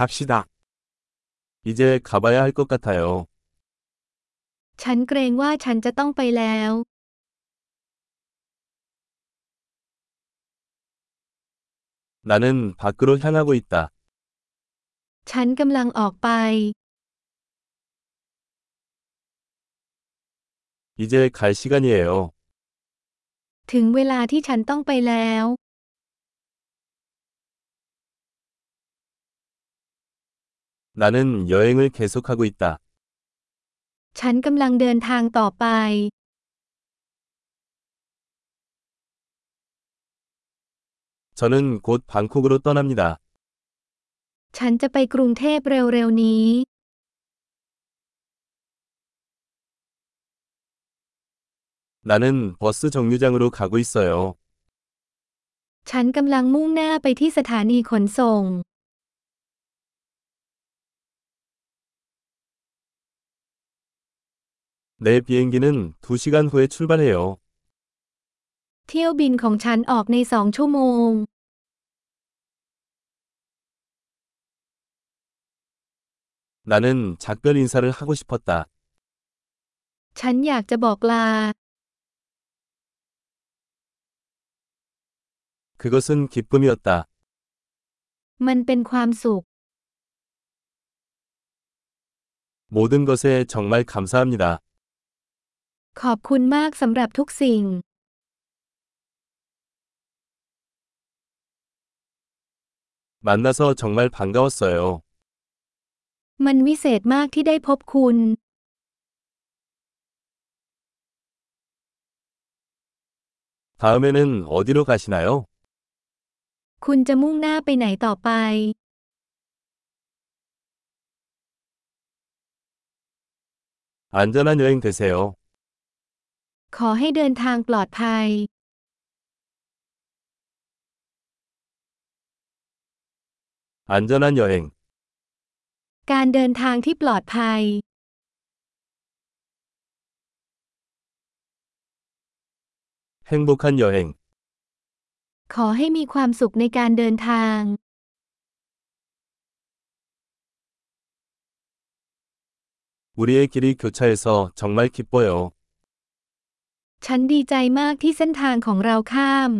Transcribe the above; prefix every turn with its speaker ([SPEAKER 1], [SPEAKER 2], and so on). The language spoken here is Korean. [SPEAKER 1] 갑시다. 이제 가봐야 할 것 같아요.
[SPEAKER 2] ฉันเกรงว่าฉันจะต้องไปแล้ว
[SPEAKER 1] 나는 밖으로 향하고 있다.
[SPEAKER 2] ฉันกำลังออกไป
[SPEAKER 1] 이제 갈 시간이에요.
[SPEAKER 2] ถึงเวลาที่ฉันต้องไปแล้ว
[SPEAKER 1] 나는 여행을 계속하고 있다.
[SPEAKER 2] ฉันกำลังเดินทางต่อไป
[SPEAKER 1] 저는 곧 방콕으로 떠납니다.
[SPEAKER 2] ฉันจะไปกรุงเทพเร็วๆนี้
[SPEAKER 1] 나는 버스 정류장으로 가고 있어요.
[SPEAKER 2] ฉันกำลังมุ่งหน้าไปที่สถานีขนส่ง
[SPEAKER 1] 내 비행기는 2시간 후에 출발해요.
[SPEAKER 2] เที่ยวบินของฉันออกในสองชั่วโมง
[SPEAKER 1] 나는 작별 인사를 하고 싶었다.
[SPEAKER 2] ฉันอยากจะบอกลา
[SPEAKER 1] 그것은 기쁨이었다.
[SPEAKER 2] มันเป็นความสุข
[SPEAKER 1] 모든 것에 정말 감사합니다.
[SPEAKER 2] ขอบคุณมากสำหรับทุกสิ่ง
[SPEAKER 1] 만나서 정말 반가웠어요.
[SPEAKER 2] มันวิเศษมากที่ได้พบคุณ
[SPEAKER 1] 다음에는 어디로 가시나요?
[SPEAKER 2] คุณจะมุ่งหน้าไปไหนต่อไป
[SPEAKER 1] 안전한 여행 되세요.
[SPEAKER 2] ขอให้เดินทางปลอดภัย
[SPEAKER 1] 안전한 여행.
[SPEAKER 2] การเดินทางที่ปลอดภัย
[SPEAKER 1] 행복한 여행.
[SPEAKER 2] ขอให้มีความสุขในการเดินทาง
[SPEAKER 1] 우리의 길이 교차해서 정말 기뻐요.
[SPEAKER 2] ฉันดีใจมากที่เส้นทางของเราข้าม